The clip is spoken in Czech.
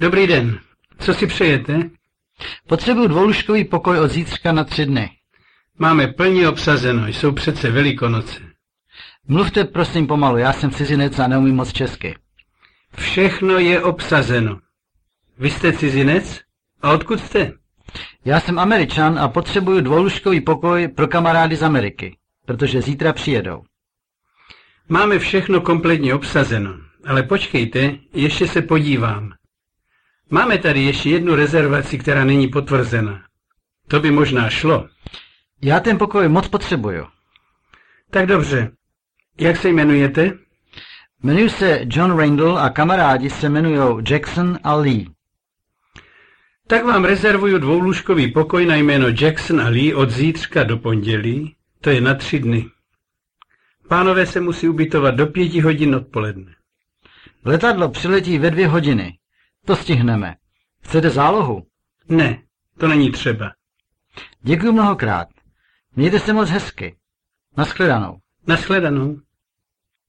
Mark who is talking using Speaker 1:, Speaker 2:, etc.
Speaker 1: Dobrý den. Co si přejete?
Speaker 2: Potřebuju dvoulůžkový pokoj od zítřka na tři dny.
Speaker 1: Máme plně obsazeno, jsou přece Velikonoce.
Speaker 2: Mluvte prosím pomalu, já jsem cizinec a neumím moc česky.
Speaker 1: Všechno je obsazeno. Vy jste cizinec? A odkud jste?
Speaker 2: Já jsem američan a potřebuju dvoulůžkový pokoj pro kamarády z Ameriky, protože zítra přijedou.
Speaker 1: Máme všechno kompletně obsazeno, ale počkejte, ještě se podívám. Máme tady ještě jednu rezervaci, která není potvrzena. To by možná šlo.
Speaker 2: Já ten pokoj moc potřebuju.
Speaker 1: Tak dobře. Jak se jmenujete?
Speaker 2: Jmenuji se John Randall a kamarádi se jmenují Jackson a Lee.
Speaker 1: Tak vám rezervuju dvoulůžkový pokoj na jméno Jackson a Lee od zítřka do pondělí, to je na tři dny. Pánové se musí ubytovat do pěti hodin odpoledne.
Speaker 2: Letadlo přiletí ve dvě hodiny. To stihneme. Chcete zálohu?
Speaker 1: Ne, to není třeba.
Speaker 2: Děkuji mnohokrát. Mějte se moc hezky. Naschledanou.
Speaker 1: Naschledanou.